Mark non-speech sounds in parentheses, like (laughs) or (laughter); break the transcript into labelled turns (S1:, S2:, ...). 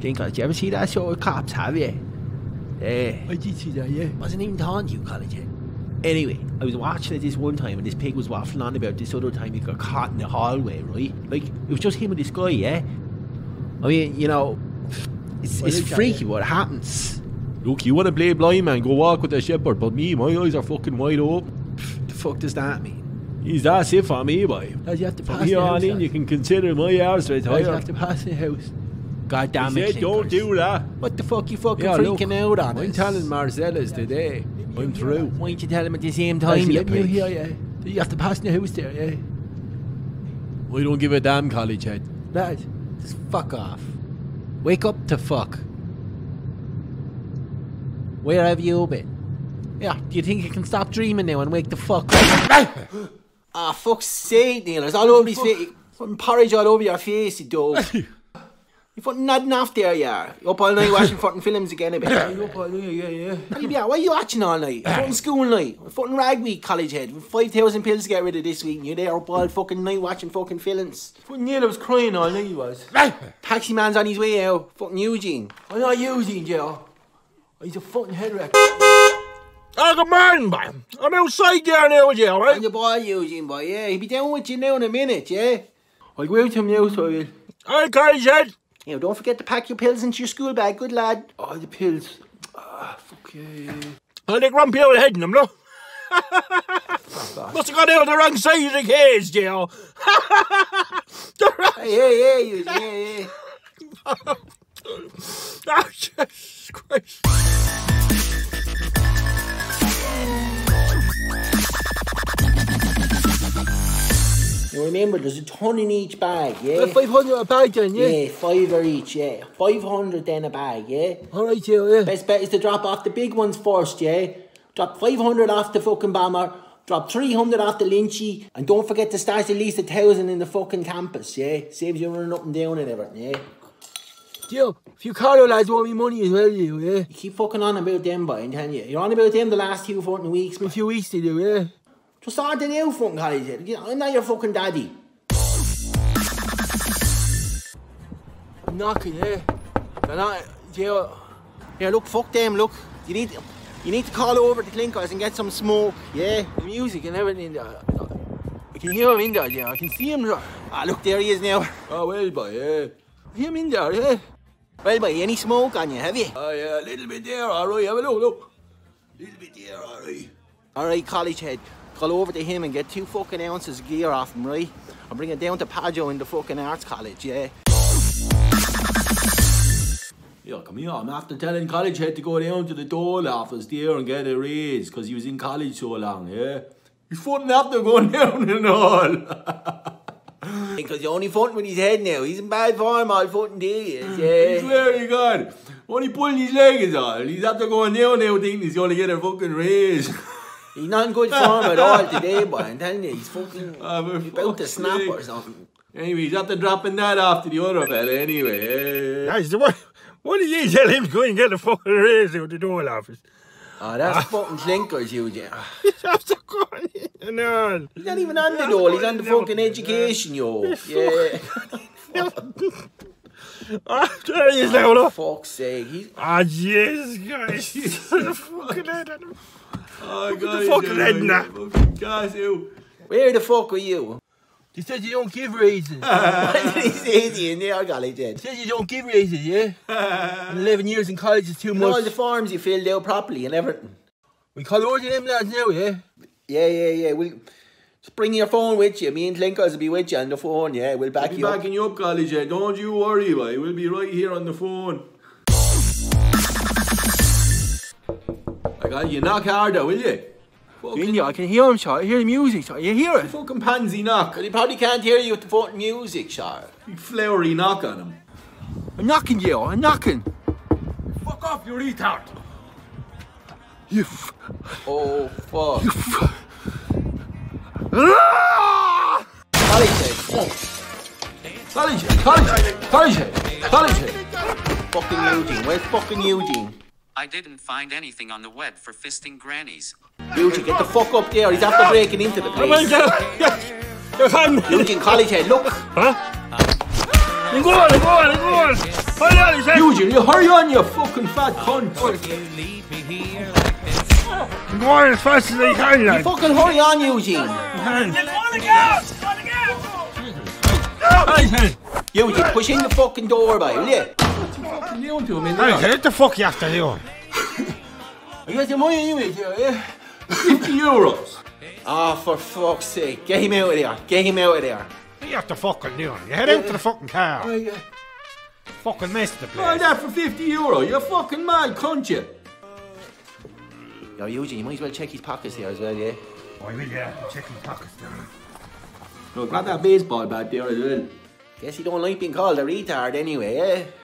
S1: Think I'll ever see that show of cops, have you? Yeah.
S2: I did see that, yeah.
S1: Wasn't even taught you college yet. Anyway, I was watching it this one time and this pig was waffling on about this other time he got caught in the hallway, right? Like, it was just him and this guy, yeah? I mean, you know, it's,
S2: Well,
S1: it's
S2: look at
S1: freaky
S2: it.
S1: what happens.
S2: Look, you want to play blind man, go walk with the shepherd, but me, my eyes are fucking wide open.
S1: The fuck does that mean?
S2: Is that's it for me, boy.
S1: Does you have to pass
S2: From here
S1: the
S2: on
S1: house?
S2: in,
S1: lads?
S2: you can consider my hours
S1: Does you
S2: retired.
S1: have to pass the house? God damn
S2: He
S1: it,
S2: said, don't
S1: Clinkers.
S2: do that.
S1: What the fuck you fucking
S2: Yeah, look,
S1: freaking out on
S2: I'm
S1: us?
S2: telling Marzellas today. I'm through.
S1: Why don't you tell him at the same
S2: I
S1: time, you
S2: let you
S1: pig?
S2: hear, Oh, yeah.
S1: You have to pass the house there, yeah?
S2: I don't give a damn, college head.
S1: Lad, just fuck off. Wake up to fuck. Where have you been? Yeah, do you think you can stop dreaming now and wake the fuck up? (coughs) Ah, fuck's sake, Neil. It's all over his face. Fucking porridge all over your face, you dog. you fucking nodding off there, you are. You Up all night watching fucking films again a bit. You up all night, yeah, yeah. Yeah, why are you watching all night? fucking school night. Fucking rag week, college head. 5,000 pills to get rid of this week and you're there up all fucking night watching fucking films.
S3: Fucking Neil was crying all night, he was.
S1: Taxi man's on his way out. Fucking Eugene.
S3: I'm not using Joe. He's a fucking head wreck.
S4: Oh, good morning, man. I'm outside there now, yeah, all
S1: On
S4: right?
S1: your boy, Eugene, boy. Yeah, he'll be down with you now in a minute, yeah?
S3: I'll go out to him now, so I will.
S4: All right, guys, yeah.
S1: You know, don't forget to pack your pills into your school bag. Good lad.
S3: Oh, the pills. Ah, fuck yeah.
S4: I'll take grumpy out head in them, no? (laughs) Must have got out the wrong side of the cage, Joe.
S1: Hey, hey, hey, Eugene, yeah, yeah.
S4: Oh, Jesus Christ.
S1: Now remember, there's a ton in each bag, yeah?
S3: Uh, 500 a bag then, yeah?
S1: Yeah, five or each, yeah. 500 then a bag, yeah?
S3: Alright, Joe, yeah.
S1: Best bet is to drop off the big ones first, yeah? Drop 500 off the fucking bomber, drop 300 off the lynchy, and don't forget to stash at least a thousand in the fucking campus, yeah? Saves you running up and down and everything, yeah?
S3: Joe, a few Carlo lads want me money as well, you, yeah?
S1: You keep fucking on about them, boy, I'm telling you. You're on about them the last two fucking weeks,
S3: A
S1: but
S3: few weeks to do, yeah?
S1: just sort it out, fucking college. head. You know, I'm not your fucking daddy.
S3: I'm knocking, yeah? They're not, Joe.
S1: Here, look, fuck them, look. You need you need to call over to Clinkers and get some smoke, yeah?
S3: The music and everything there. I can hear him in there, yeah. I can see him there.
S1: Ah, look, there he is now.
S2: Oh, well, boy, yeah.
S3: I hear him in there, yeah.
S1: Well, boy, any smoke on you, have you?
S2: Oh, yeah, a little bit there, all right. Have a look, look. little bit there, all right.
S1: Alright, college head, call over to him and get two fucking ounces of gear off him, right? I'll bring it down to Pajo in the fucking arts college, yeah?
S2: Yeah, come here. I'm after telling college head to go down to the dole office there and get a raise because he was in college so long, yeah? He's fucking after going (laughs) down and all.
S1: Because you're only fronting with his head now. He's in bad form all fucking day,
S2: I swear to God. Only pulling his leg is all. He's after going down now thinking he's going to get a fucking raise. (laughs)
S1: He's not in good form at all today, boy. I'm telling you, he's fucking
S2: Ah, for
S1: he's about to
S2: fuck's
S1: snap or
S2: sake.
S1: something.
S2: anyway, he's after dropping that off to the other fella anyway. eh?
S4: Guys, what, what did you tell him to go and get a fucking raise out the door
S3: (laughs)
S4: office?
S1: Oh, that's fucking clinkers, you Jim.
S4: He's after going in and all.
S1: He's not even on the door, he's on the fucking education, yo. Yeah.
S4: Oh, there he is now,
S1: For
S4: no?
S1: fuck's sake. He's,
S4: Ah, Jesus Christ. the fucking head on him.
S2: Oh,
S4: at
S2: God,
S4: the fucking
S2: he's
S4: head
S2: doing
S4: now.
S2: it. Fucking gas out.
S1: where the fuck are you? (laughs)
S3: They said you don't give raises.
S1: What did he say to you in there, college head?
S3: said you don't give raises, yeah? And 11 years in college is too
S1: And all
S3: much.
S1: the forms you filled out properly and everything.
S3: we call all them lads now, yeah?
S1: Yeah, yeah, yeah. We'll just bring your phone with you. Me and Clinkers will be with you on the phone, yeah. We'll back
S2: I'll be
S1: you up.
S2: backing you up, college head. Don't you worry, boy. We'll be right here on the phone. I got you. Knock harder, will you?
S3: In there, I can hear him, sure. I hear the music, sure. You hear it?
S2: Fucking pansy knock.
S1: But he probably can't hear you with the fucking music, sure.
S2: Big flowery knock on him.
S3: I'm knocking, Joe. I'm knocking.
S4: Fuck off, you retard.
S3: You f-
S1: Oh, fuck.
S3: Ah!
S1: College head.
S2: College head, college head, college head, college head.
S1: Fucking Eugene. Where's fucking Eugene?
S5: I didn't find anything on the web for fisting grannies.
S1: Eugene, get the fuck up there. He's after breaking into the
S4: Come on,
S1: place.
S4: get Get on.
S1: Eugene, college head, look.
S4: Huh? Go on, go on, go on. Hurry on, he said.
S2: You, you, you hurry on, you fucking fat cunt.
S4: I'm going as fast as I can, lad.
S1: Fucking hurry on, Eugene.
S4: I said,
S1: Eugene, push in the fucking door, by, will you?
S2: Leon to him in
S4: I
S2: there.
S4: said, what the fuck you after Leon?
S2: I got the money anyway, yeah, eh? 50 euros.
S1: Ah, for fuck's sake. Get him out of there. Get him out of there.
S4: You after fucking Leon. You head out to the fucking car.
S2: I, uh,
S4: Fucking mess the
S2: buy
S4: place.
S2: that for 50 euro. You're fucking mad, cunt you.
S1: Yo, Eugene, you might as well check his pockets there as well, yeah?
S4: I will, yeah. Check my pockets now.
S2: No, grab that baseball bat there as well.
S1: Guess he don't like being called a retard anyway, eh?